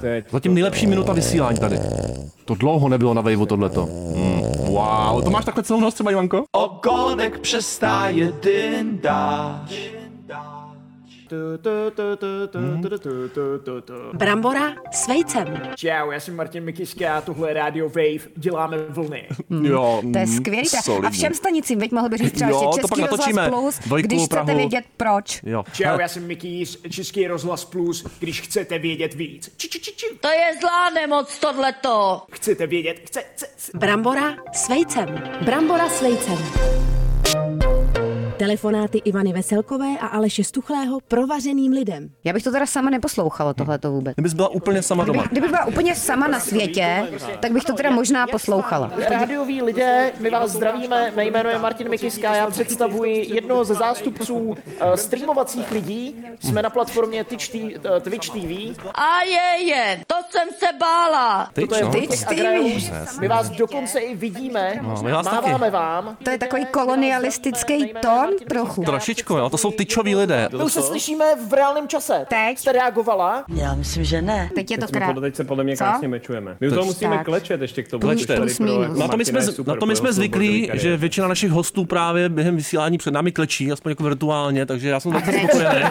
Teď. Zatím nejlepší minuta vysílání tady. To dlouho nebylo na Waveu tohleto. Hmm. Wow, to máš takhle celou noc třeba, Ivanko? Ogonek přestáje dindát. Tu, tu, tu, tu, tu, tu, tu, tu, tu, tu. Brambora s vejcem. Čau, já jsem Martin Mikiska a tohle je Radio Wave, děláme vlny. Jo, Hmm. hmm, To je skvělý. tak- A Mhm, solidní. všem stanicím, veď mohl by říct třeba Jo, ještě to pak Český natočíme. rozhlas plus, Dvojku, když chcete Prahu. vědět proč. Jo. Čau, já jsem Mikýz, Český rozhlas plus, když chcete vědět víc. Či, či, či, či. To je zlá nemoc tohleto. Chcete vědět, chce, chce, chce. Brambora s vejcem. Brambora s vejcem. Telefonáty Ivany Veselkové a Aleše Stuchlého provařeným lidem. Já bych to teda sama neposlouchala tohleto vůbec. Kdybys byla úplně sama doma. Kdybych byla úplně sama na světě, tak bych to teda možná poslouchala. Rádioví lidé, my vás zdravíme, mé jméno je Martin Mikiska, já představuji jednoho ze zástupců eh, streamovacích lidí, jsme na platformě Twitch T- eh, Twitch TV, A je, je, to jsem se bála. Tyč, no. Tyč, ty víš. my vás dokonce i vidíme, No, my vás taky. máváme vám, To je takový kolonialistický tón trochu. Trošičku, jo, to jsou tyčoví lidé. my už se slyšíme v reálném čase, Teď. jste reagovala, Já myslím, že ne. Teď je to Jsme krát. podle, teď se podle mě Co? krásně mečujeme. My to toho musíme Tak. klečet ještě k tomu. Klečte. což tady Plus pro- minus. pro Na to my jsme, Martina je super, na to my pro jsme jeho zvyklí, kariéru. že většina našich hostů právě během vysílání před námi klečí, aspoň jako virtuálně, takže já jsem velice spokojený.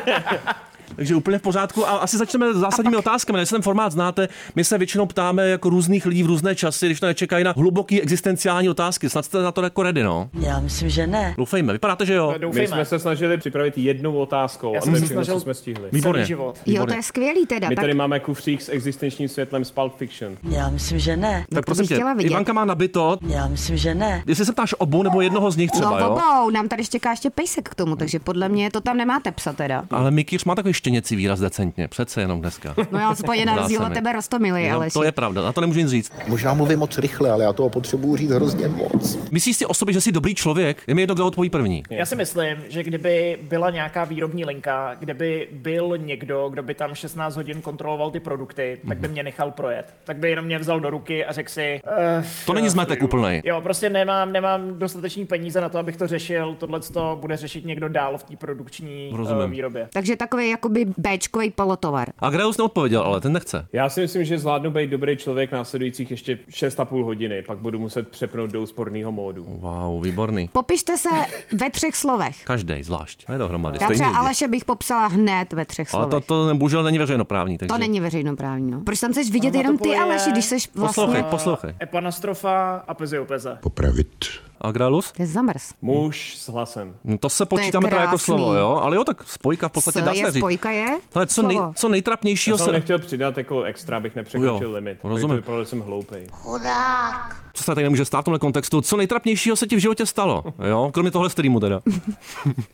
Takže úplně v pořádku. A asi začneme zásadními otázkami. Jestli ten formát znáte, my se většinou ptáme jako různých lidí v různé časy, když to nečekají na hluboký existenciální otázky. Snad jste na to jako ready, no? Já myslím, že ne. Doufejme. Vypadá to, že jo? doufejme, My jsme se snažili připravit jednou otázkou a jsem to je se všechno, snažil- co jsme stihli. Výborně. celý život. Jo, to je skvělý teda. My Tak no, tady máme kufřík s existenčním světlem z Pulp Fiction. Já myslím, že ne. Tak prosím bych tě, chtěla vidět. Ivanka má nabito. Já myslím, že ne. Jestli se ptáš obou nebo jednoho z nich třeba, No jo? obou, nám tady štěká ještě pejsek k tomu, takže podle mě to tam nemáte psa teda. Ale Mikýř má takový štěněcí výraz decentně, přece jenom dneska. No já aspoň na Zdá se rozdíl od mi. tebe rostomily, Jo, ale to je pravda, na to nemůžu nic říct. Možná mluvím moc rychle, ale já toho potřebuju říct hrozně moc. Myslíš si o sobě, že jsi dobrý člověk? Je mi jedno, kdo odpoví první. Já si myslím, že kdyby byla nějaká výrobní linka, kde by byl někdo, kdo by tam 16 hodin kontroloval ty produkty, tak by mě nechal projet. Tak by jenom mě vzal do ruky a řekl si, "Eh, To není zmetek úplný. jo, prostě nemám, nemám dostatečný peníze na to, abych to řešil, tohle to bude řešit někdo dál v té produkční Rozumím. eh, výrobě. Takže takový jakoby Bčkový polotovar. A Greus neodpověděl, ale ten nechce. Já si myslím, že zvládnu být dobrý člověk následujících ještě 6,5 hodiny, pak budu muset přepnout do úsporného módu. Wow, výborný. Popište se ve třech slovech. Každý zvlášť. Ne dohromady. Já stejný třeba lidi. Aleše bych popsala hned ve třech ale slovech. to, to ne- bohužel není veřejnoprávní. Takže... To není veřejnoprávní. No. Proč tam chceš vidět jenom ty Matopole je- Aleši, když seš vlastně... Poslouchej, poslouchej. Epanastrofa a Peziopeze. Popravit. A Gralus? Ty zamrz. Muž s hlasem. No To se počítáme teda jako krásný. slovo, jo? Ale jo, tak spojka v podstatě Co dá se je říct. spojka je? Ale co, nej, slovo. co nejtrapnějšího Já jsem se... nechtěl přidat jako extra, abych nepřekročil Jo, limit. rozumím. Aby to Vypadal že jsem hloupej. Co se tady nemůže stát v tomhle kontextu? Co nejtrapnějšího se ti v životě stalo? Jo? Kromě tohle streamu teda.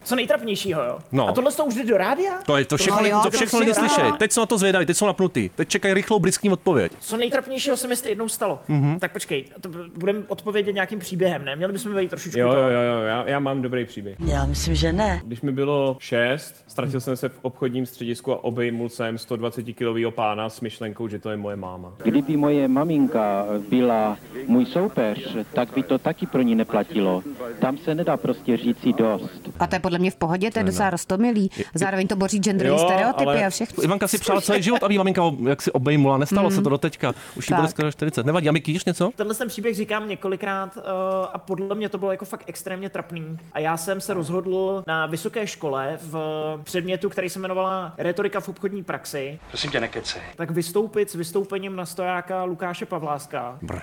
Co nejtrapnějšího, jo? No. A tohle to už jde do rádia? To je to všechno, No lidi- jo, to to všechno si lidi dá. slyšej. Teď jsou na to zvědaví, teď jsou napnutý. Teď čekají rychlou briskní odpověď. Co nejtrapnějšího se mi jste jednou stalo. Mm-hmm. Tak počkej, to budeme odpovědět nějakým příběhem, ne? Měli bychom být trošičku Jo, to- jo, jo, jo já, já mám dobrý příběh. Já myslím, že ne. Když mi bylo 6, ztratil jsem se v obchodním středisku a obejmul jsem 120 kilového pána s myšlenkou, že to je moje máma. Kdyby moje maminka byla můj soupeř, tak by to taky pro ní neplatilo. Tam se nedá prostě říci dost. A to je podle mě v pohodě, to je docela roztomilý. Zároveň to boří genderový Jo, stereotypy ale- a všechno. Ivanka si přála celý život, aby jí maminka ob- jak si obejmula. Nestalo se to do teďka. Už jí bude Mm. Tak. skoro 40. Nevadí, a my kýš něco? Tenhle ten příběh říkám několikrát eh, a podle mě to bylo jako fakt extrémně trapný. A já jsem se rozhodl na vysoké škole v předmětu, který se jmenovala Retorika v obchodní praxi, Prosím tě, nekecej. tak vystoupit s vystoupením na stojáka Lukáše Pavláska, eh,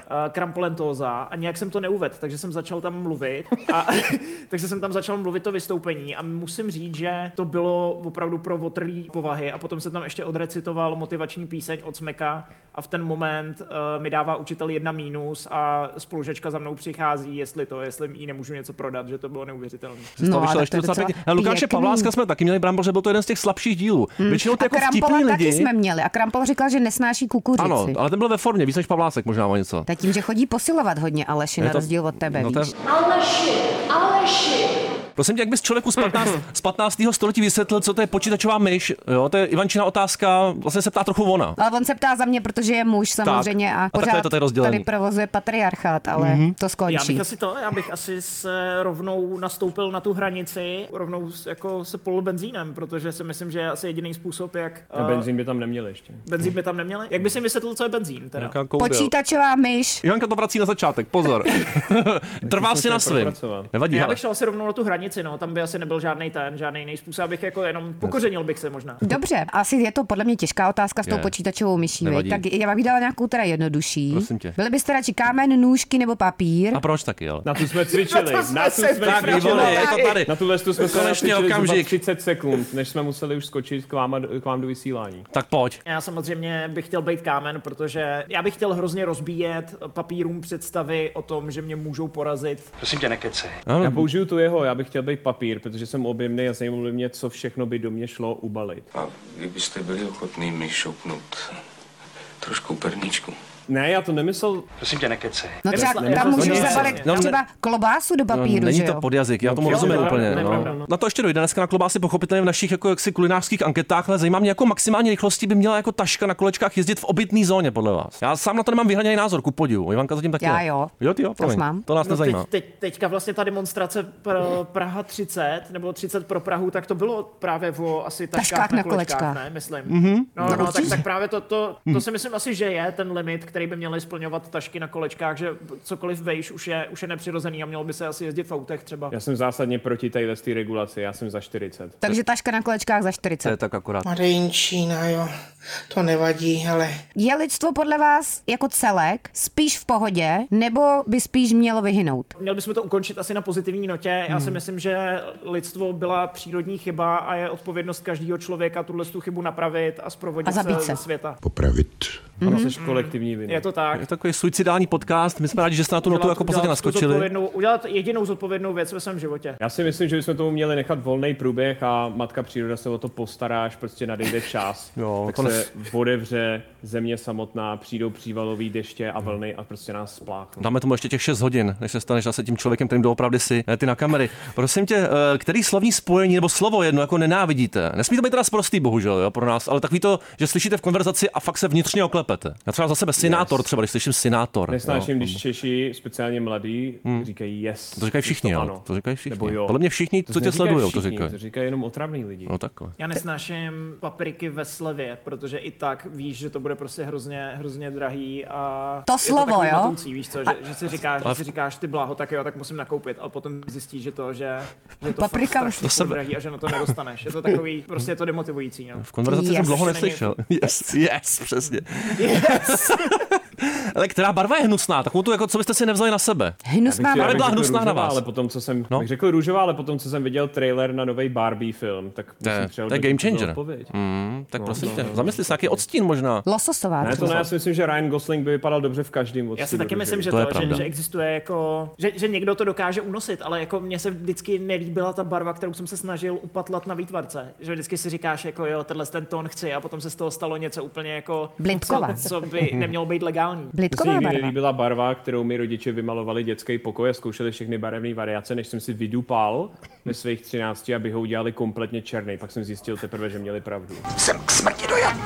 Krampolentóza a nějak jsem to neuvedl, takže jsem začal tam mluvit. A, takže jsem tam začal mluvit to vystoupení a musím říct, že to bylo opravdu pro otrlý povahy a potom se tam ještě odrecitoval motivační píseň od Smeka a v ten moment uh, mi dává učitel jedna mínus a spolužečka za mnou přichází, jestli to, jestli jí nemůžu něco prodat, že to bylo neuvěřitelné. No, No, vyšel ale ještě to je docela docela pěkně. A Lukáše pěkný. Mm. Pavláska jsme taky měli bramboře, byl to jeden z těch slabších dílů. Většinou ty jako a Krampola vtipní taky lidi. jsme měli. A Krampol říkal, že nesnáší kukuřici. Ano, ale ten byl ve formě, víc než Pavlásek možná o něco. To je tím, že chodí posilovat hodně Aleši, na to- rozdíl od tebe, No to je- víš. Aleši, Aleši. Prosím tě, jak bys člověku z, 15, z 15. století vysvětlil, co to je počítačová myš? Jo, to je Ivančina otázka, vlastně se ptá trochu ona. Ale on se ptá za mě, protože je muž samozřejmě A a takhle pořád je to tady rozdělený. tady provozuje patriarchát, ale mm-hmm. to Já skončí. bych asi to, já bych asi se rovnou nastoupil na tu hranici, rovnou s- jako se polil benzínem, protože si myslím, že je asi jediný způsob, jak... A eh, benzín by tam neměli ještě. Benzín by tam neměli? Jak by si vysvětlil, co je benzín? Teda? Nějaká koubě. Počítačová myš. Ivanka to vrací na začátek, pozor. Trvá si na svým. propracovat. Nevadí, Já hele. bych šel asi rovnou na tu hranici, no, tam by asi nebyl žádný ten, žádný jiný způsob, abych jako jenom pokořenil bych se možná. Dobře, asi je to podle mě těžká otázka s tou Je. počítačovou myší, Nevadí. veď? tak já bych dala nějakou teda jednodušší. Prosím tě. Byli byste radši kámen, nůžky nebo papír? A proč taky, ale? Na tu jsme cvičili, Na to jsme na tu se jsme Tak, Proč vole, je to tady. Na tuhle tu jsme se Konečně nacvičili zhruba okamžik. 30 sekund, než jsme museli už skočit k vám, a- k vám do vysílání. Tak pojď. Já samozřejmě bych chtěl být kámen, protože já bych chtěl hrozně rozbíjet papírům představy o tom, že mě můžou porazit. Prosím tě, nekecej. Já použiju tu jeho, já bych chtěl být papír, protože jsem objemný a zajímalo by mě, co všechno by do mě šlo ubalit. A kdybyste byli ochotný mi šoupnout trošku perničku. Ne, já to nemyslel, Prosím tě, nekecej. No třeba Nemyslel- tam nemyslel- můžeš nemyslel- zabalit No, ne- třeba klobásu do papíru, No, není že to jo? pod jazyk, já tomu jo, rozumím to je úplně. pravda, to je No. pravda, no. Na to ještě dojde dneska na klobásy pochopitelně v našich jako jaksi kulinářských anketách, ale zajímá mě, jakou maximální rychlosti by měla jako taška na kolečkách jezdit v obytné zóně podle vás. Já sám na to nemám vyhraněný názor, ku podivu. Ivanka zatím taky. Já ne. jo. Jo, ty jo, promiň. mám. To nás No, teď, nezajímá. teď, teďka vlastně ta demonstrace pro Praha 30, nebo 30 pro Prahu, tak to bylo právě o asi taškách, Taškách na na kolečkách, kolečkách. ne, myslím. Mm-hmm. No, no, tak, tak právě to, to, to si myslím asi, že je ten limit, který by měly splňovat tašky na kolečkách, že cokoliv vejš už je, už je nepřirozený a mělo by se asi jezdit v autech třeba. já jsem zásadně proti téhle té regulaci, já jsem za 40. Takže taška na kolečkách za To je 40. tak akorát. Čína, jo. To nevadí, ale Je lidstvo podle vás jako celek spíš v pohodě, nebo by spíš mělo vyhynout? Měli bychom to ukončit asi na pozitivní notě. Já si myslím, že lidstvo byla přírodní chyba a je odpovědnost každého člověka tuhle tu chybu napravit a A zprovodit zabít ze se. světa. Popravit. Ano, jsi kolektivní viny. Je to tak. Hmm. Je to takový suicidální podcast, my jsme rádi, že jste na tu notu Udělat- jako podstatě udělat tu naskočili. zodpovědnou- Udělat jedinou zodpovědnou věc ve svém životě. Já si myslím, že bychom tomu měli nechat volný průběh a matka příroda se o to postará, až prostě nadejde čas. Jo, tak konec. se odevře země samotná, přijdou přívalový deště a vlny a prostě nás spláchnou. Dáme tomu ještě těch 6 hodin, než se staneš zase tím člověkem, kterým doopravdy si eh, ty na kamery. Prosím tě, eh, který slovní spojení nebo slovo jedno jako nenávidíte? Nesmí to být teda prostý, bohužel, jo, pro nás, ale takový to, že slyšíte v konverzaci a fakt se vnitřně oklepete. Já třeba za sebe synátor, třeba když slyším synátor. Nesnáším, když Češi, speciálně mladí, říkají yes. No, Hmm. To říkají všichni, to jo. ano. To říkají všichni. Nebo jo. Podle mě všichni, co tě neříkají sledujou, to všichni, říkají. To říkají jenom otravný lidi. No takhle. Já nesnáším papriky ve slevě, protože i tak víš, že to bude prostě hrozně, hrozně drahý a... To je slovo, takový jo? matoucí, víš co, že, že, si říkáš, Ale- že si říkáš, ty blaho, tak jo, tak musím nakoupit, ale potom zjistíš, že to, že, že je to Paprika fakt ve- strašně To se- drahý a že na to nedostaneš. Je to takový, prostě je to demotivující, no. V konverzaci jsem Yes. dlouho Není- neslyšel. Yes, yes, přesně. Ale která barva je hnusná? Takovou tu, jako, co byste si nevzali na sebe? Hnus má Já Ale bych byla řekl hnusná na růžová, vás. Ale potom, co jsem No. no? řekl růžová, ale potom, co jsem viděl trailer na nový Barbie film, tak To je- musím přijel, to je že game to byla changer. odpověď. Hmm, Tak No, prosím tě, zamysli se, jaký odstín možná. lososová. Ne, to ne, já si myslím, že Ryan Gosling by vypadal dobře v každém Já si taky myslím, Prostě že To to, je že, pravda. že existuje jako, že, že někdo to dokáže unosit, ale jako mně se vždycky nelíbila ta barva, kterou jsem se snažil upatlat na výtvarce. Že vždycky si říkáš jako jo, tenhle ten tón chci a potom se z toho stalo něco úplně jako, Blindková. co, co by nemělo být legální. Mně se Blitková nikdy barva. nelíbila barva, kterou mi rodiče vymalovali dětský pokoj a zkoušeli všechny barevné variace, než jsem si vydupal ve svých 13, aby ho udělali kompletně černý. Pak jsem zjistil teprve, že měli pravdu. jsem k smrti dojat.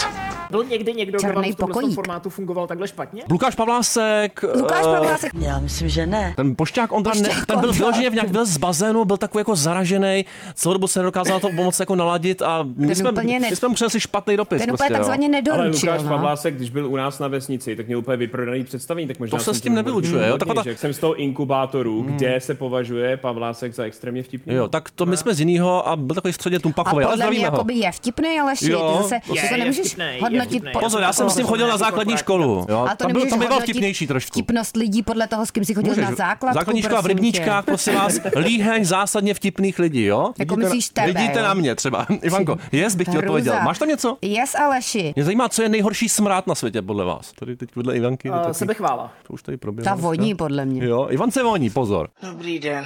Byl někdy někdo, kdo vám Černý v tomhle tom pokojík. formátu fungoval takhle špatně? Lukáš Pavlásek. Lukáš eh, Pavlásek. Já myslím, že ne. Ten pošťák Ondra, ne, Pošťák ten byl Ondra. vyloženě v nějak byl z bazénu, byl takový jako zaražený, celou dobu se nedokázal to pomoc jako naladit a my Ten jsme, úplně ne- my jsme mu přinesli špatný dopis. Ten prostě, úplně jo. takzvaně Ale nedoručil. Lukáš no. Pavlásek, když byl u nás na vesnici, tak měl úplně vyprodaný představení, tak možná To se jsem s tím byl nevylučuje, hodně- jo? Tak hodně, ta- Hmm. že jak jsem z toho inkubátoru, kde se považuje Pavlásek za extrémně vtipný. Jo, tak to my jsme z jiného a byl takový středně A tumpachový, ale podle mě zdravíme ho. jakoby je vtipný, ale šit. Jo. Zase, Je, je, to je nemůžeš vtipnej, je hodnotit. vtipnej. po- Pozor, já jsem s ním chodil na základní školu. Jo. Ale Tam to byl, nemůžeš tam býval hodnotit vtipnější trošku. Vtipnost lidí podle toho, s kým si chodil na základku. základní škola v prosím tě. Rybníčkách, prosím vás, líheň zásadně vtipných lidí, jo? Jako myslíš na, tebe, vidíte jo? na mě třeba. Ivanko, jest bych ti Hruza. odpověděl. Máš tam něco? Yes, Aleši. Mě zajímá, co je nejhorší smrát na světě podle vás. Tady teď podle Ivanky. je Uh, takový- sebechvála. To už tady proběhlo. Ta dneska. voní podle mě. Jo, Ivan se voní, pozor. Dobrý den.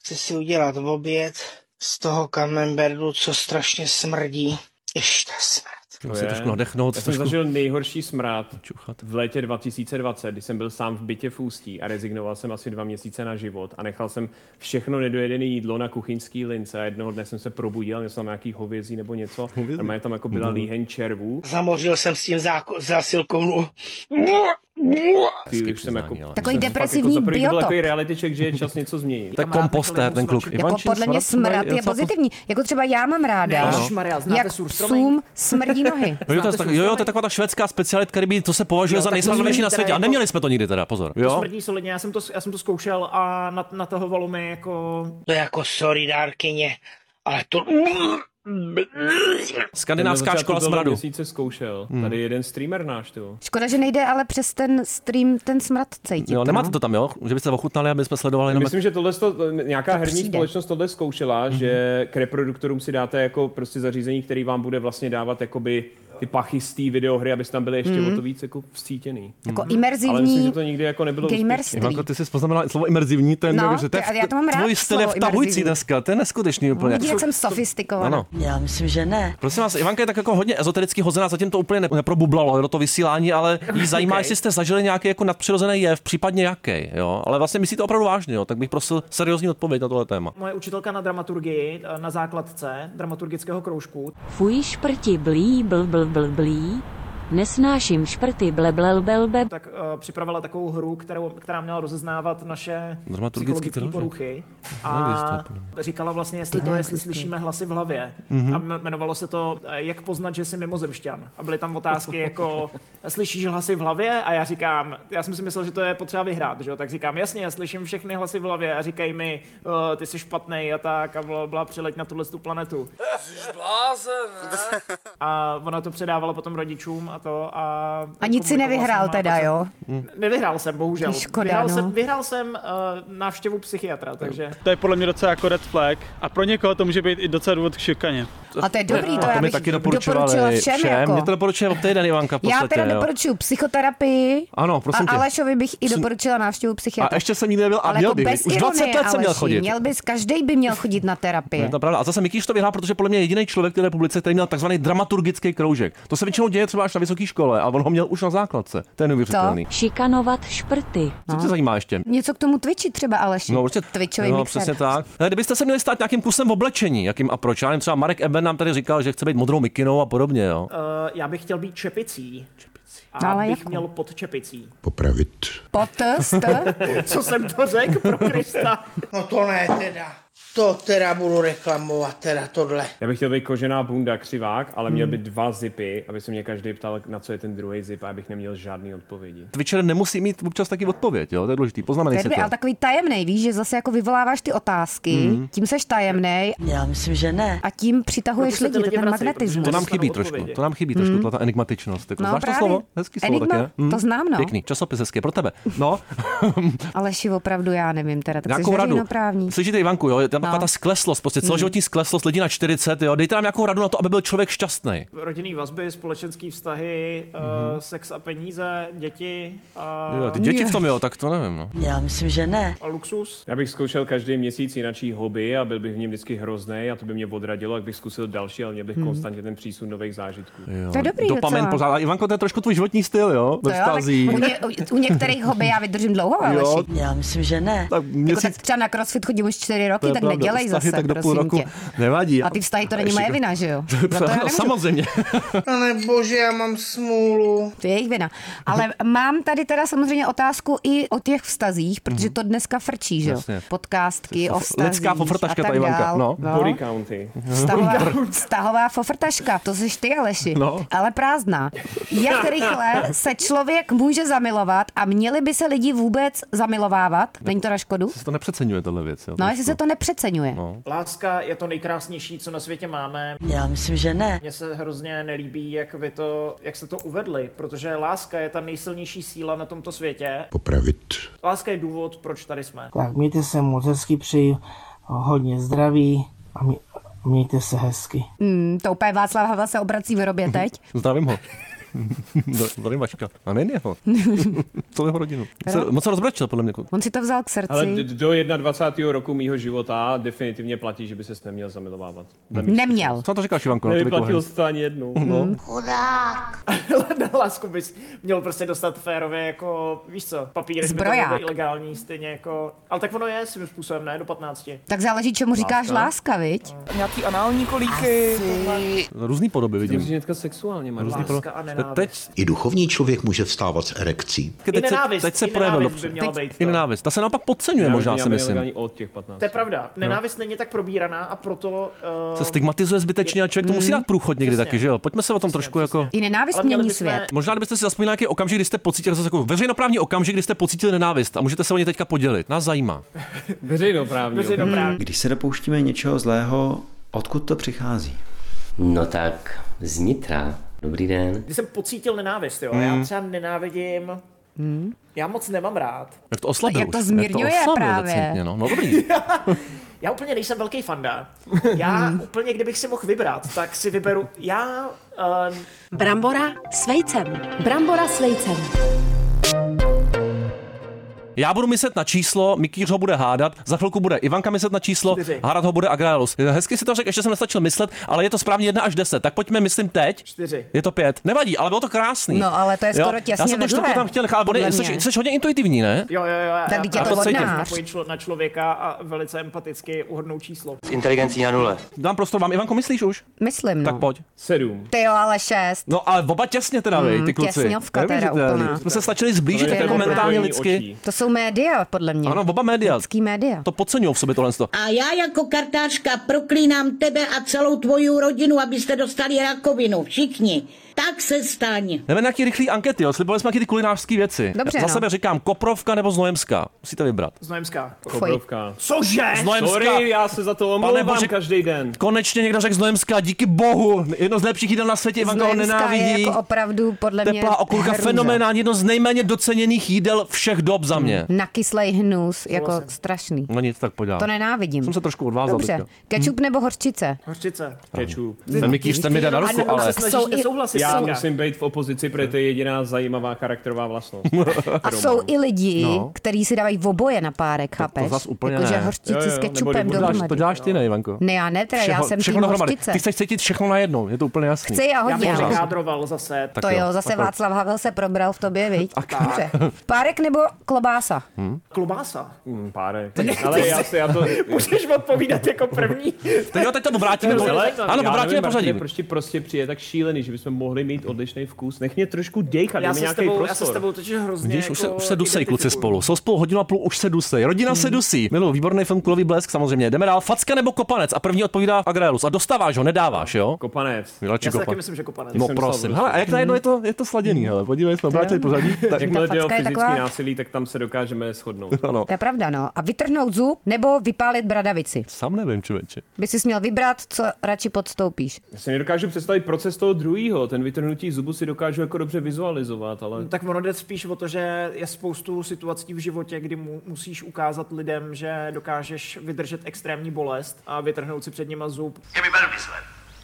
Chci si udělat oběd z toho kamemberdu, co strašně smrdí. Ještě smrt. Musím si trošku nadechnout, Já jsem trošku- zažil nejhorší smrad v létě 2020, kdy jsem byl sám v bytě v Ústí a rezignoval jsem asi dva měsíce na život a nechal jsem všechno nedojedené jídlo na kuchyňský lince a jednoho dne jsem se probudil, měl jsem tam nějaký hovězí nebo něco, hovězí. normálně tam jako byla Mhm. líheň červů. Zamořil jsem s tím záko- zásilkou. Hezky Už jsem jako, Takový jsem fakt depresivní jako za prvý, to byl biotop. Takový reality check, že je čas něco změnit. Tak kompostér, ten kluk. Jako podle mě smrad je pozitivní. Jako třeba já mám ráda, Ano. Ježišmarja, znáte jak psům smrdí nohy. Jo, to je tak, jo, jo, to je taková ta švédská specialit, který to se považuje Jo, za tak nejslavnější smrdí na teda světě. A jako- neměli jsme to nikdy teda, pozor. To Jo? smrdí solidně, já jsem, to, já jsem to zkoušel a nat- natahovalo mi jako... To je jako sorry dárkyně, ale to... Skandináv- Ská škola smradu. měsíce zkoušel. Hmm. Tady jeden streamer náš, ty. jo. Škoda, že nejde ale přes ten stream ten smrad cítit. Jo, no. nemáte to tam, jo? Že byste ochutnali, aby jsme sledovali jenom... Myslím, že tohle to, nějaká herní přijde. společnost tohle zkoušela, Mhm. že k reproduktorům si dáte jako prostě zařízení, který vám bude vlastně dávat jakoby ty pachy z té videohry, abyste tam byli ještě Mhm. o to víc jako vstítěný. Jako Mhm. Ale myslím, že imerzivní to nikdy jako nebylo gamerství. Ivanko, ty jsi poznamenala i slovo imerzivní, ten, No, že to je, to- já to mám rád, tvůj styl je slovo vtahující imerzivní. No, dneska, to je neskutečný úplně. Vidíte, jak jsem sofistikovaná. Ano. Já myslím, že ne. Prosím vás, Ivanka je tak jako hodně ezotericky hozená, zatím to úplně ne- neprobublalo do to vysílání, ale jí zajímá, Okay. jestli jste zažili nějaký jako nadpřirozený jev, případně jaký, jo. Ale vlastně myslíte opravdu vážně, jo, tak bych prosil seriózní odpověď na tohle téma. Moje učitelka na dramaturgii, eh, na základce dramaturgického kroužku, Fuj šprti blí bl bl bl blí. Nesnáším šprty ble blel bel bel. tak uh, připravila takovou hru, kterou, která měla rozeznávat naše Dramaturgický psychologické thriller. poruchy. Nevěř to A úplně. říkala vlastně, jestli to, jestli slyšíme hlasy v hlavě. Mhm. Mm-hmm. A jme- jmenovalo se to, eh, jak poznat, že jsi mimozemšťan. A byly tam otázky jako, slyšíš hlasy v hlavě? A já říkám, já jsem si myslel, že to je potřeba vyhrát, že jo? Tak říkám, jasně, já slyším všechny hlasy v hlavě a říkají mi, eh, ty jsi špatný a tak a bla, bla, přileď na tuhle tu planetu. Jsi blázen, ne? A ona to předávala potom rodičům a to vlastně jako a... A nic si nevyhrál teda, jo? Nevyhrál jsem, bohužel. Škoda, vyhrál no. jsem, vyhrál jsem uh, návštěvu psychiatra, takže... To je podle mě docela jako red flag a pro někoho to může být i docela důvod k šikaně. A to je dobrý, to a já to mi bych taky doporučovala, doporučila ale všem, jako. Mě to doporučuje od týden Ivanka v Já podstatě, teda jo. doporučuji psychoterapii. Ano, prosím a tě. Alešovi bych i Jsem- doporučila návštěvu A psychiatra. ještě jsem nikdy nebyl a Ale měl jako bych, bez už 20 ironie, let jsem měl Aleši, chodit. Měl bys, každý by měl chodit na Je terapii. to pravda. A zase Mikýš to vyhrál, protože podle mě je jediný člověk v té republice, který měl takzvaný dramaturgický kroužek. To se většinou děje třeba až na vysoké škole a on ho měl už na základce. To je neuvěřitelný. Šikanovat šprty. No. Co tě zajímá ještě? Něco k tomu Twitchi třeba, Aleši. No, určitě. Twitchový no, mixer. přesně tak. Hele, kdybyste se měli stát nějakým kusem v oblečení, jakým a proč? Já nevím, třeba Marek Eben nám tady říkal, že chce být modrou mikinou a podobně, jo. Uh, já bych chtěl být čepicí. čepicí. A No, ale Ale bych jakou? měl pod čepicí. Pot, st. Co jsem to řekl, pro Krista? No to ne teda. To teda budu reklamovat, teda tohle. Já bych chtěl být kožená bunda křivák, ale Hmm. měl by dva zipy, aby se mě každý ptal, na co je ten druhý zip, a já bych neměl žádný odpovědi. Twitcher nemusí mít občas taky odpověď, jo, to je důležitý, poznamenej si Terby, to. ale takový tajemný, víš, že zase jako vyvoláváš ty otázky, Mhm. tím seš tajemný. Já myslím, že ne. A tím přitahuješ Proto No se lidi, ty to je lidi ten vracejí, magnetismus. To nám chybí trošku, to nám chybí trošku, Mhm. tato ta enigmatičnost. Jako, No, znáš to právě. slovo? Hezký slovo Enigma, také. ne? to znám, no. Pěkný, časopis hezký, pro tebe. No, Aleši, opravdu já nevím teda, tak jsi nějakou radu. veřejnoprávní. Slyšíte, Ivanku, jo, je tam taková No. Hmm. ta skleslost, prostě celoživotní skleslost lidí na 40, jo, dejte nám nějakou radu na to, aby byl člověk šťastný. Rodinný vazby, společenský vztahy, mm-hmm. uh, sex a peníze, děti a... No, Jo, ty děti v tom, jo, tak to nevím, no. Já myslím, že ne. A luxus? Já bych zkoušel každý měsíc jinačí hobby a byl bych v něm vždycky hrozný a to by mě odradilo, jak bych zkusil další, ale měl bych Mhm. konstantně ten přísun nových zážitků. Jo. To je No dobrý Dopamin docela. No, pořád. A Ivanko, to je trošku tvůj životní styl, jo? Ve To jo, tak vztazích. u, ně, u, u některých hobby já vydržím dlouho, Aleši. Já myslím, že ne. Tak Jako, měsíc... tak třeba na crossfit chodím už čtyři roky, to je tak pravda, nedělej vztahy zase, tak do půl prosím roku. tě. Nevadí. A ty vztahy, to není ještě- moje vina, že jo? Za to já No, nemůžu. samozřejmě. Ale No bože, já mám smůlu. To je jejich vina. Ale mám tady teda samozřejmě otázku i o těch vztazích, Mhm. protože to dneska frčí, že jo? Jasně. Podcastky, o vztazích lidská fofrtaška, a tak ta Ivanka, dál. no. Body county. Mhm. Stahová, stahová fofrtaška, to jsi ty, Aleši. No. Ale prázdná. Jak rychle se člověk může zamilovat a měli by se lidi vůbec zamilovávat? Není to na škodu? To nepřeceňuje tahle věc, jo? No, jestli se to nepřeceňuje. No. Láska je to nejkrásnější, co na světě máme. Já myslím, že ne. Mně se hrozně nelíbí, jak, vy to, jak se to uvedli, protože láska je ta nejsilnější síla na tomto světě. Popravit. Láska je důvod, proč tady jsme. Tak mějte se moc hezky, přeji hodně zdraví a mě- mějte se hezky. Hmm, Mhm. Mm, to úplně Václav Havel se obrací v robě teď. Zdravím ho. Zarybačka. A nejen No, jeho. Celou jeho rodinu. Se, Ano. moc se rozbrečel, podle mě. kluk. On si to vzal k srdci. Ale d- do 21. roku mýho života definitivně platí, že by ses neměl zamilovávat. Neměl. Co na to říkáš, Ivanko? na to Nevyplatil Mikuláš? se to ani jednou. No. Chudák. na lásku bys měl prostě dostat férově jako, víš co, papíry. aby to Zbroják. nebylo ilegální, stejně jako, ale tak ono je svým způsobem, ne, do 15. Tak záleží, čemu říkáš láska, viď? Nějaký anální kolíky. Různý podoby vidím. Myslím, že dneska sexuálně má Různý Láska a nenávist. Teď, I duchovní člověk může vstávat s erekcí. teď, se, nenávist, teď se i projevil nenávist by dobře. měla být, I nenávist. Ta se naopak podceňuje možná, si myslím. Od těch 15. To je pravda. Nenávist není tak probíraná a proto... Uh, Se stigmatizuje zbytečně a člověk to musí dát průchod někdy Mm. Přesně. taky, že jo? Pojďme se o tom trošku jako... I nenávist Ale měli mění bychom- svět. Možná kdybyste si zaspomínali nějaký okamžik, kdy jste pocítili, zase jako veřejnoprávní okamžik, kdy jste pocítili nenávist a můžete se o ně teďka podělit. Nás zajímá. Veřejnoprávní. Veřejnoprávní. Když se dopouštíme něčeho zlého, odkud to přichází? No tak, znitra. Dobrý den. Když jsem pocítil nenávist, jo, Mm. Hmm. já třeba nenávidím... Hmm. Já moc nemám rád. Jak to oslabil Jak to už, zmírňuje jak to oslabil právě. Decentně, no. no dobrý. Já úplně nejsem velký fanda. Já úplně, kdybych si mohl vybrat, tak si vyberu... Já... Uh, Brambora s vejcem. Brambora s vejcem. Já budu myslet na číslo, Mikýř ho bude hádat, za chvilku bude Ivanka myslet na číslo, Čtyři. hádat ho bude Agrálus. Hezky si to řekl, ještě jsem nestačil myslet, ale je to správně 1 až 10. Tak pojďme, myslím teď. Čtyři. Je to pět. Nevadí, ale bylo to krásný. No, ale to je Jo? skoro těsně Já jsem to vedle, čtyřku tam chtěl nechat, ale podle jsi, mě. jsi hodně intuitivní, ne? Jo, jo, jo. Tak vždyť je já- to já- hodnář. já napojí člo- na člověka a velice empaticky uhodnou číslo. inteligencí na nule. Dám prostor vám. Ivanko, myslíš už? Myslím, No. no. Tak pojď. Sedm. Ty jo, ale šest. No ale oba těsně teda, vej, Mm, ty kluci. těsňovka teda Neuvěřitelný. úplná. Jsme se stačili To zblížit je jako dobrá. mentálně Očí. lidsky. To jsou média, podle mě. Ano, oba média. Lidský média. To podceňují v sobě tohle. To. A já jako kartářka proklínám tebe a celou tvoji rodinu, abyste dostali rakovinu. Všichni. Tak se staň. Jdeme na nějaký rychlý ankety, jo. slibovali jsme nějaký ty kulinářské věci. Dobře, Za no. sebe říkám Koprovka nebo Znojemská. Musíte vybrat. Znojemská. Kobrovka. Cože? Znojemská. Sorry, já se za to omlouvám Bože, každý den. Konečně někdo řekl Znojemská, díky bohu. Jedno z lepších jídel na světě, Ivanka ho Znojemská je nenávidí. jako opravdu podle mě Teplá okulka, hrůza. fenomenální, jedno z nejméně doceněných jídel všech dob za mě. Na kyslej hnus, jako strašný. No nic, tak pojď dál. Hmm. To nenávidím. Jsem se trošku odvázal Dobře, teďka. Hm? kečup nebo horčice? Horčice. Kečup. Ten Mikýř, ten mi jde na ruku, nebo ale- se snažíš Jsou i- nesouhlasit Já s tím. musím být v opozici, protože to je jediná zajímavá charakterová vlastnost. A jsou i lidi, No. kteří si dávají oboje na párek, chápeš? To zas úplně Jakože ne. horčici s kečupem nebo to dohromady. děláš, to děláš ty, ne, Ivanko? Ne, já ne, teda já jsem všechno tým dohromady. hořčice. Ty chceš cítit všechno najednou, je to úplně jasný. Chci já hodně. Já ano. bych kádroval zase. Tak to jo, jo, zase tak jo. Václav Havel se probral v tobě, viď? Tak. Dobře. Párek nebo klobása? Klobása. Mm, párek. Ale já se, já to... Můžeš odpovídat jako první. Teď jo, teď to obrátíme. To je Ale, zajímavé. ano, Já obrátíme nevím, pořadí. Martine, Proč ti prostě přijde tak šílený, že bychom mohli mít odlišný vkus? Nech mě trošku dejchat, Já dej mi se, s nějaký tebou, já se s prostor. tebou totiž hrozně Vidíš, už se, jako už se dusej kluci spolu. Jsou spolu hodinu a půl, už se dusej. Rodina se dusí. Milu, výborný film Kulový blesk, samozřejmě. Jdeme dál. Facka nebo kopanec? A první odpovídá Agrelus. A dostáváš ho, nedáváš, jo? Kopanec. Vylači Já si taky myslím, že kopanec. No Jsem prosím. slabil. Hele, a jak najednou je to, je to sladěný, hele. Podívej se, obrátili pořadí. Tak, Jakmile jde o facka je fyzický taková- násilí, tak tam se dokážeme shodnout. ano. To je pravda, no. A vytrhnout zub nebo vypálit bradavici? Sám nevím, člověče. By si měl vybrat, co radši podstoupíš. Já si nedokážu představit proces toho druhého. Ten vytrhnutí zubu si dokážu jako dobře vizualizovat, ale... Tak ono jde spíš o to, že je spoustu situací v životě, kdy mu, musíš ukázat lidem, že dokážeš vydržet extrémní bolest a vytrhnout si před nima zub Je mi velmi zle,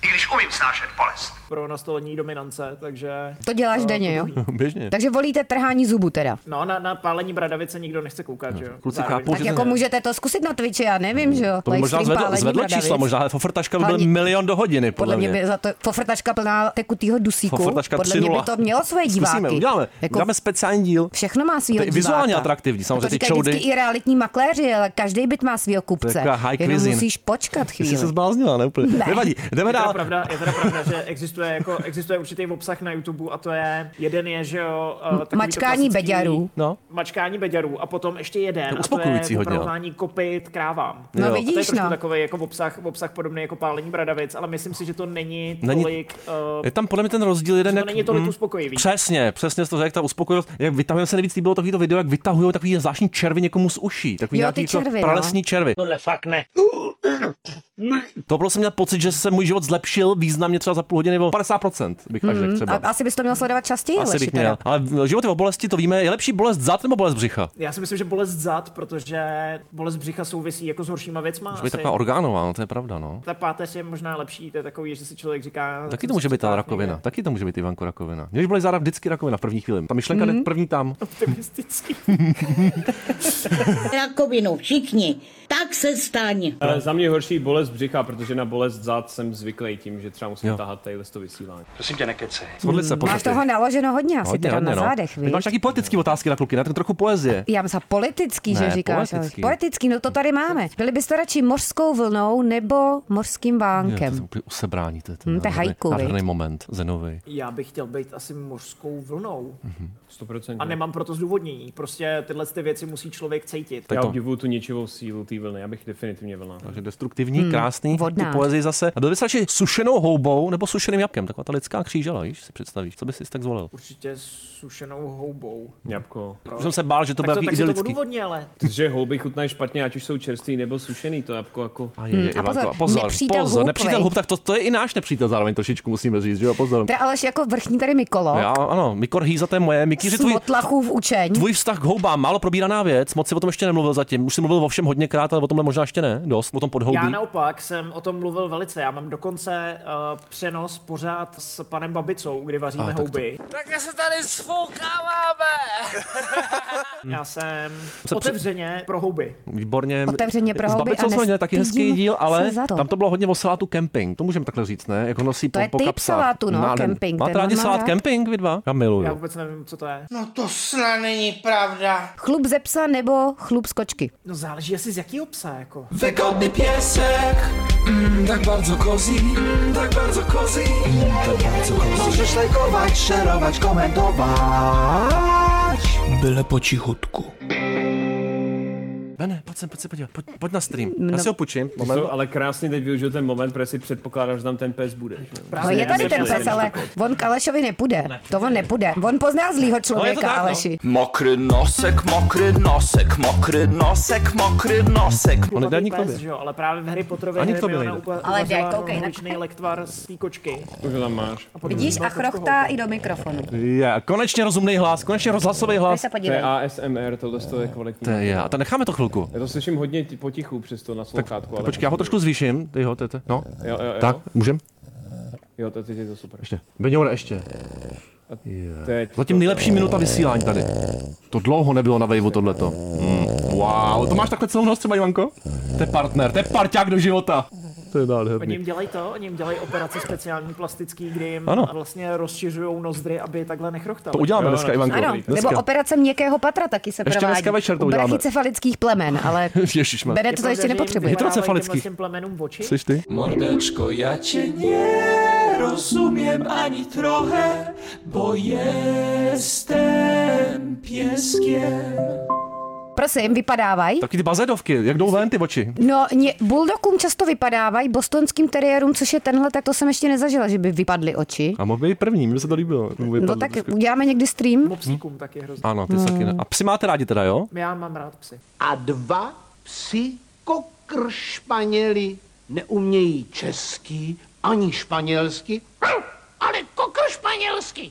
i když umím snášet bolest. pro nastolení dominance, takže... To děláš Eh, denně, jo? Běžně. Takže volíte trhání zubu teda. No, na, na pálení bradavice nikdo nechce koukat, že jo? No, Kluci Zároveň. chápou, Tak jako můžete to zkusit na Twitchi, já nevím, že jo? Hmm. To by možná Livestream zvedlo, pálení zvedlo bradavic. čísla, možná, ale Fofertaška by byl Hlavně- milion do hodiny, Podle mě by za to pofrtačka plná tekutýho dusíku. Fofertačka podle mě by 3:0. to mělo svoje diváky. Zkusíme, uděláme. Jako Dáme speciální díl. Všechno má svýho To je diváka. vizuálně atraktivní, samozřejmě A ty to říkají vždycky čoudy. i realitní makléři, ale každý byt má svýho kupce. Taková high Jenom cuisine. musíš počkat Ty jsi chvíli. se zbláznila, ne úplně. Ne. Nevadí, jdeme je teda No dál. pravda, je teda pravda, že existuje, jako, existuje určitý obsah na YouTube a to je, jeden je, že jo, eh, takový to Mačkání klasický- beďarů. No. Mačkání beďarů a potom ještě jeden To je a to uspokojující je hodně, popravování kopyt krávám. No Jo. A to je vidíš, trošku no. takový jako obsah, obsah podobný jako pálení bradavic, ale myslím si, že to není Není- tolik... eh, Je tam podle mě ten rozdíl jeden, že jak... to není tolik mm, uspokojivý. Přesně, přesně jsi to řekl, ta uspokojivost. Jak vytahujeme se nejvíc líbilo takovýto video, jak vytahují takový zvláštní červy někomu z uší. Takový Jo, no. nějaký ty červy, pralesní červy. Tohle fakt ne. To bylo jsem měl pocit, že se můj život zlepšil významně třeba za půl hodiny nebo 50%, bych až řekl třeba. Mhm, A, asi bys to měl sledovat častěji, Asi Leši, bych teda. měl. Ale v- život je o bolesti, to víme. Je lepší bolest zad nebo bolest břicha? Já si myslím, že bolest zad, protože bolest břicha souvisí jako s horšíma věcma. Může být asi. taková orgánová, no, to je pravda, no. Ta páteř je možná lepší, to je takový, že si člověk říká... Taky to může být jako- ta rakovina, taky to může být Ivanko rakovina. Když byly záda vždycky rakovina v první chvíli, ta myšlenka jde Mhm. první tam. Optimistický. Rakovinu, všichni. Tak se staň. Ale za mě je horší bolest břicha, protože na bolest zad jsem zvyklý tím, že třeba musím jo. tahat tady to vysílání. Prosím tě, nekecej. Shodli se, Mhm. Máš toho naloženo hodně No, asi teda na zádech, Teď víš? máš taky politické otázky na kluky, na ten trochu poezie. Já myslím, politický, že Ne, říkáš. poetický. Poetický. poetický, no to tady máme. Byli byste radši mořskou vlnou nebo mořským Je, to bánkem? jsou úplně usebrání, to je Hm, ten to je nádherný- haiku, viď? nádherný moment Zenovi. Já bych chtěl být asi mořskou vlnou. Mhm. 100%. A nemám proto zdůvodnění. Prostě tyhle ty věci musí člověk cítit. Já obdivuju tu ničivou sílu té vlny, já bych definitivně vlna. Takže destruktivní, Hmm, krásný, vodná. tu poezii zase. A byl bys radši sušenou houbou nebo sušeným jabkem, taková ta lidská křížela, víš, si představíš, co bys si tak zvolil? Určitě sušenou houbou. Jabko. Proč? Už jsem se bál, že No. to tak bude to, takový tak si to idylický. odůvodně, ale Že houby chutnají špatně, ať už jsou čerstvý nebo sušený, to jabko jako... A je, je, Hmm, a pozor, Ivanko, a pozor, nepřítel pozor, hub, nepřítel veď? hub, tak to, to, je i náš nepřítel zároveň trošičku, musíme říct, že jo, pozor. Teda Aleš jako vrchní tady Mikolo. Já, ano, Mikor Hýza, to je moje. Mikýři, tvůj, Smotlachův učeň. tvůj vztah k houbám, málo probíraná věc, moc si o tom ještě nemluvil zatím. Už jsi mluvil o všem hodněkrát, ale o tomhle možná ještě ne, dost, o tom podhoubí. já naopak jsem o tom mluvil velice. Já mám dokonce uh, přenos pořád s panem Babicou, kdy vaříme Ah, tak to- houby. Tak se tady sfoukáváme. Já jsem Se při- otevřeně pro houby. Výborně. Otevřeně pro S houby Babicou a jsme měli taky hezký nestydím díl, ale se za to. tam to bylo hodně o salátu camping. To můžeme takhle říct, ne? Jak ho nosí To po, je po typ kapsách. salátu, no, Nádherný. camping, Máte ten rádi mám salát rád. camping, vy dva? Já miluju. Já vůbec nevím, co to je. No to snad není pravda. Chlup ze psa nebo chlup z kočky? No záleží asi z jakýho psa, jako. Wygodny piesek, mm, tak bardzo cozy, mm, tak bardzo cozy, tak bardzo cozy. Możesz lajkować, szerować, komentować. Byle potichutku. Bene, pojď sem, pojď se podívat, pojď, pojď na stream. No. Já si ho půjčím. Moment. To, ale krásně teď využil ten moment, protože si předpokládáš, že tam ten pes bude. že jo? No je tady ten pes, ale on k Alešovi nepůjde. To on nepůjde. On pozná zlýho člověka, Aleši. Hmm. Mokry nosek, mokry nosek, mokry nosek, mokry nosek. On Kulatý pes, že jo, ale právě v Harry Potterově Ani k tobě Hermiona nejde. upa- Ale uvařila daj, koukej na- noholičný lektvar z té kočky. Už ho tam máš. Vidíš, a chrochtá i do mikrofonu. Je, konečně rozumný hlas, konečně rozhlasový Pojď hlas. se To podívej. je ASMR, tohle to je kvalitní. To je, a to necháme to chvilku. Já to slyším hodně ti- potichu přes to na sluchátku, ale... Počkej, já ho trošku zvýším. Ty jo, to je to. No. Jo, jo, jo. Tak, můžem? Jo, to teď je to super. Ještě. Beňoure, ještě. Teď. Zatím nejlepší minuta vysílání tady. To dlouho nebylo na Waveu tohleto. Mm. Wow, to máš takhle celou noc třeba, Ivanko? To je partner, to je parťák do života. To je Oni jim nádherný. dělají to, oni jim dělají operace speciální plastický, kdy jim Ano. vlastně rozšiřují nozdry, aby takhle nechrochtali. To uděláme Jo, dneska, no, Ivanko. Ano, Dneska. nebo operace měkkého patra taky se Ještě provádí. dneska večer to U uděláme. No. brachycefalických plemen, ale Ježišmar. Bene to, to ještě nepotřebuje. Heterocefalický. Těm plemenům oči? Jsi ty? Mordeczko, ja cię nie rozumiem ani trochę, bo jestem pieskiem. Prosím, vypadávají. Taky ty bazedovky, jak jdou ven ty oči? No, ně, bulldogům často vypadávají, bostonským teriérům, což je tenhle, tak to jsem ještě nezažila, že by vypadly oči. A mohl být první, mně se to líbilo. No tak Hmm. uděláme někdy stream. No, Hm? Psíkům taky hrozně. Ano, ty saky. ne. A psy máte rádi teda, jo? Já mám rád psy. A dva psi kokr španěli neumějí česky ani španělsky, ale kokr španělsky.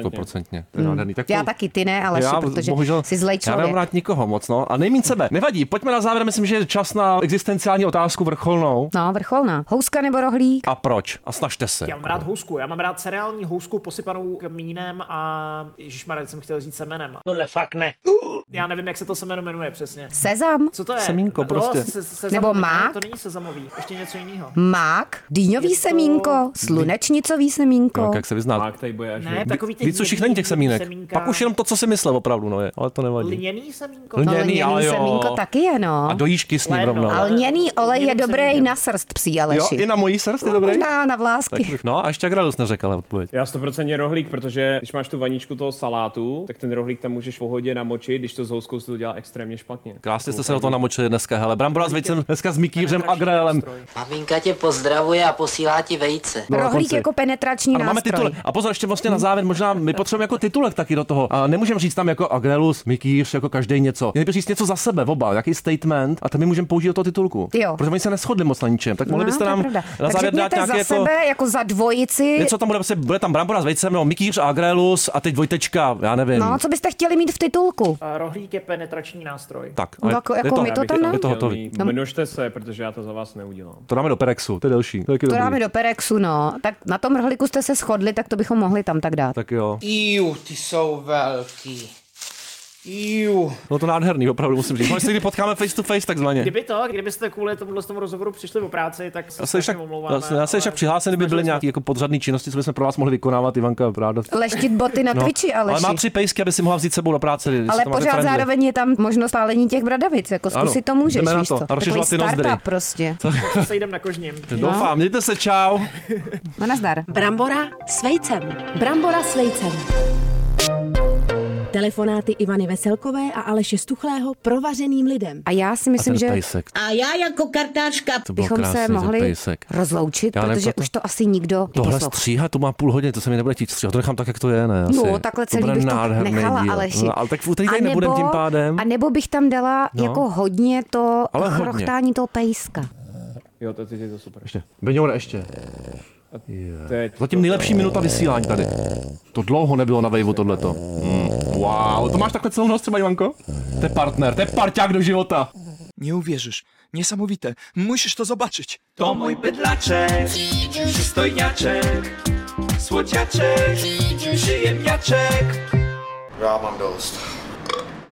Stoprocentně. To je nádherný. Tak Hmm. Já to- taky, ty ne, ale protože jsi zlej já člověk. nemám rád nikoho moc, no. A nejmín sebe. Nevadí, pojďme na závěr, myslím, že je čas na existenciální otázku vrcholnou. No, vrcholná. Houska nebo rohlík? A proč? A snažte se. Já mám rád housku, já mám rád cereální housku posypanou kmínem a ježišmarja, jsem chtěl říct semenem. Tohle fakt ne. Já nevím, jak se to semeno jmenuje přesně. Sezam? Co to je? Semínko no, prostě. Se, se, Nebo sezamový, ne, mák? To není sezamový, ještě něco jiného. Mák, dýňový semínko, slunečnicový semínko. Tak No, jak se vyzná. Tak tady bude až... Ne, takový ty Víc už jich není těch semínek. semínka. Pak už jenom to, co si myslel opravdu, no je. Ale to nevadí. Lněný semínko? Lněný, ale jo. semínko taky je, no. A do jížky s ním Léno. rovnou. A lněný olej je Lněným dobrý semínkem. na srst psí, Aleši. Jo, i na mojí srst je dobrý? Možná na Tak, vlásky. no a ještě Agradus neřekl, ale odpověď. Já 100% rohlík, protože když máš tu vaničku toho salátu, tak ten rohlík tam můžeš v pohodě namočit, když to s houskou se to dělá extrémně špatně. Krásně jste se do toho namočili dneska, hele. Brambora s vejcem, dneska s Mikýřem a Grelem. Maminka tě pozdravuje a posílá ti vejce. No, na Rohlík konci. jako penetrační Ano, máme nástroj. titul. A pozor, ještě vlastně na závěr možná my potřebujeme jako titulek taky do toho. A nemůžeme říct tam jako Agnelus, Mikýř, jako každý něco. Měli by říct něco za sebe, oba, nějaký statement, a to my můžeme použít do toho titulku. Jo. Protože oni se neschodli moc na ničem. Tak mohli No, byste to je nám pravda. na tak závěr dát řekněte za nějaké jako. sebe, jako za dvojici. Něco tam bude, prostě bude tam brambora s vejcem, no, Mikýř a Agrelus a teď Vojtečka, já nevím. No, co byste chtěli mít v titulku? A rohlík je penetrační nástroj. Tak, ale jako- je jako to- my to je tam to- dáme. je to hotový. No. Množte se, protože já to za vás neudělám. To dáme do Perexu, to je delší. To, je taky To dobrý. dáme do Perexu, no. Tak na tom rohlíku jste se shodli, tak to bychom mohli tam tak dát. Tak jo. Iu, ty jsou velký. Iu. No to nádherný, opravdu musím říct. Možná se kdy potkáme face to face takzvaně. Kdyby to, kdybyste kvůli tomuhle tomu rozhovoru přišli o práci, tak se Já se však, strašně omlouváme. já se však přihlásil, kdyby byly nějaké jako podřadné činnosti, co bychom pro vás mohli vykonávat, Ivanka ráda. No, Leštit boty na Eh, Twitchi, Aleši. ale má tři pejsky, aby si mohla vzít s sebou do práce. když Ale to máte pořád friendly. zároveň je tam možnost stálení těch bradavic, jako Ano, zkusit to můžeš, jdeme na víš to. co? A rozšiřovat ty Takový nozdry. startup prostě. Sejdem na kožním. Doufám, mějte se, čau. No nazdar. Brambora s vejcem. Brambora s vejcem. Telefonáty Ivany Veselkové a Aleše Stuchlého provařeným lidem. A já si myslím, že pejsek. A já jako kartářka To bylo bychom krásný, se ten mohli pejsek. rozloučit, Já nevím, protože proto- už to asi nikdo Tohle neposlouchá. No, stříhat, to má půl hodiny, to se mi nebude chtít stříhat, to nechám tak, jak to je, ne? Asi. No, takhle celý bude bych to nádherný nechala, díl. Aleši. No, ale tak v úterý tady A nebudem nebo- tím pádem. A nebo bych tam dala No. jako hodně to Ale hodně. chrochtání toho pejska. Jo, to je to super. Ještě. Beňoure, ještě. Teď. Zatím nejlepší minuta vysílání tady. To dlouho nebylo na Waveu tohleto. Mm. Wow, to máš takhle celou noc třeba, Ivanko? To je partner, to je parťák do života. Nie uwierzysz. Niesamowite. Musisz to zobaczyć. To mój bydlaczek, przystojniaczek, słodziaczek, przyjemniaczek. Já mám dost.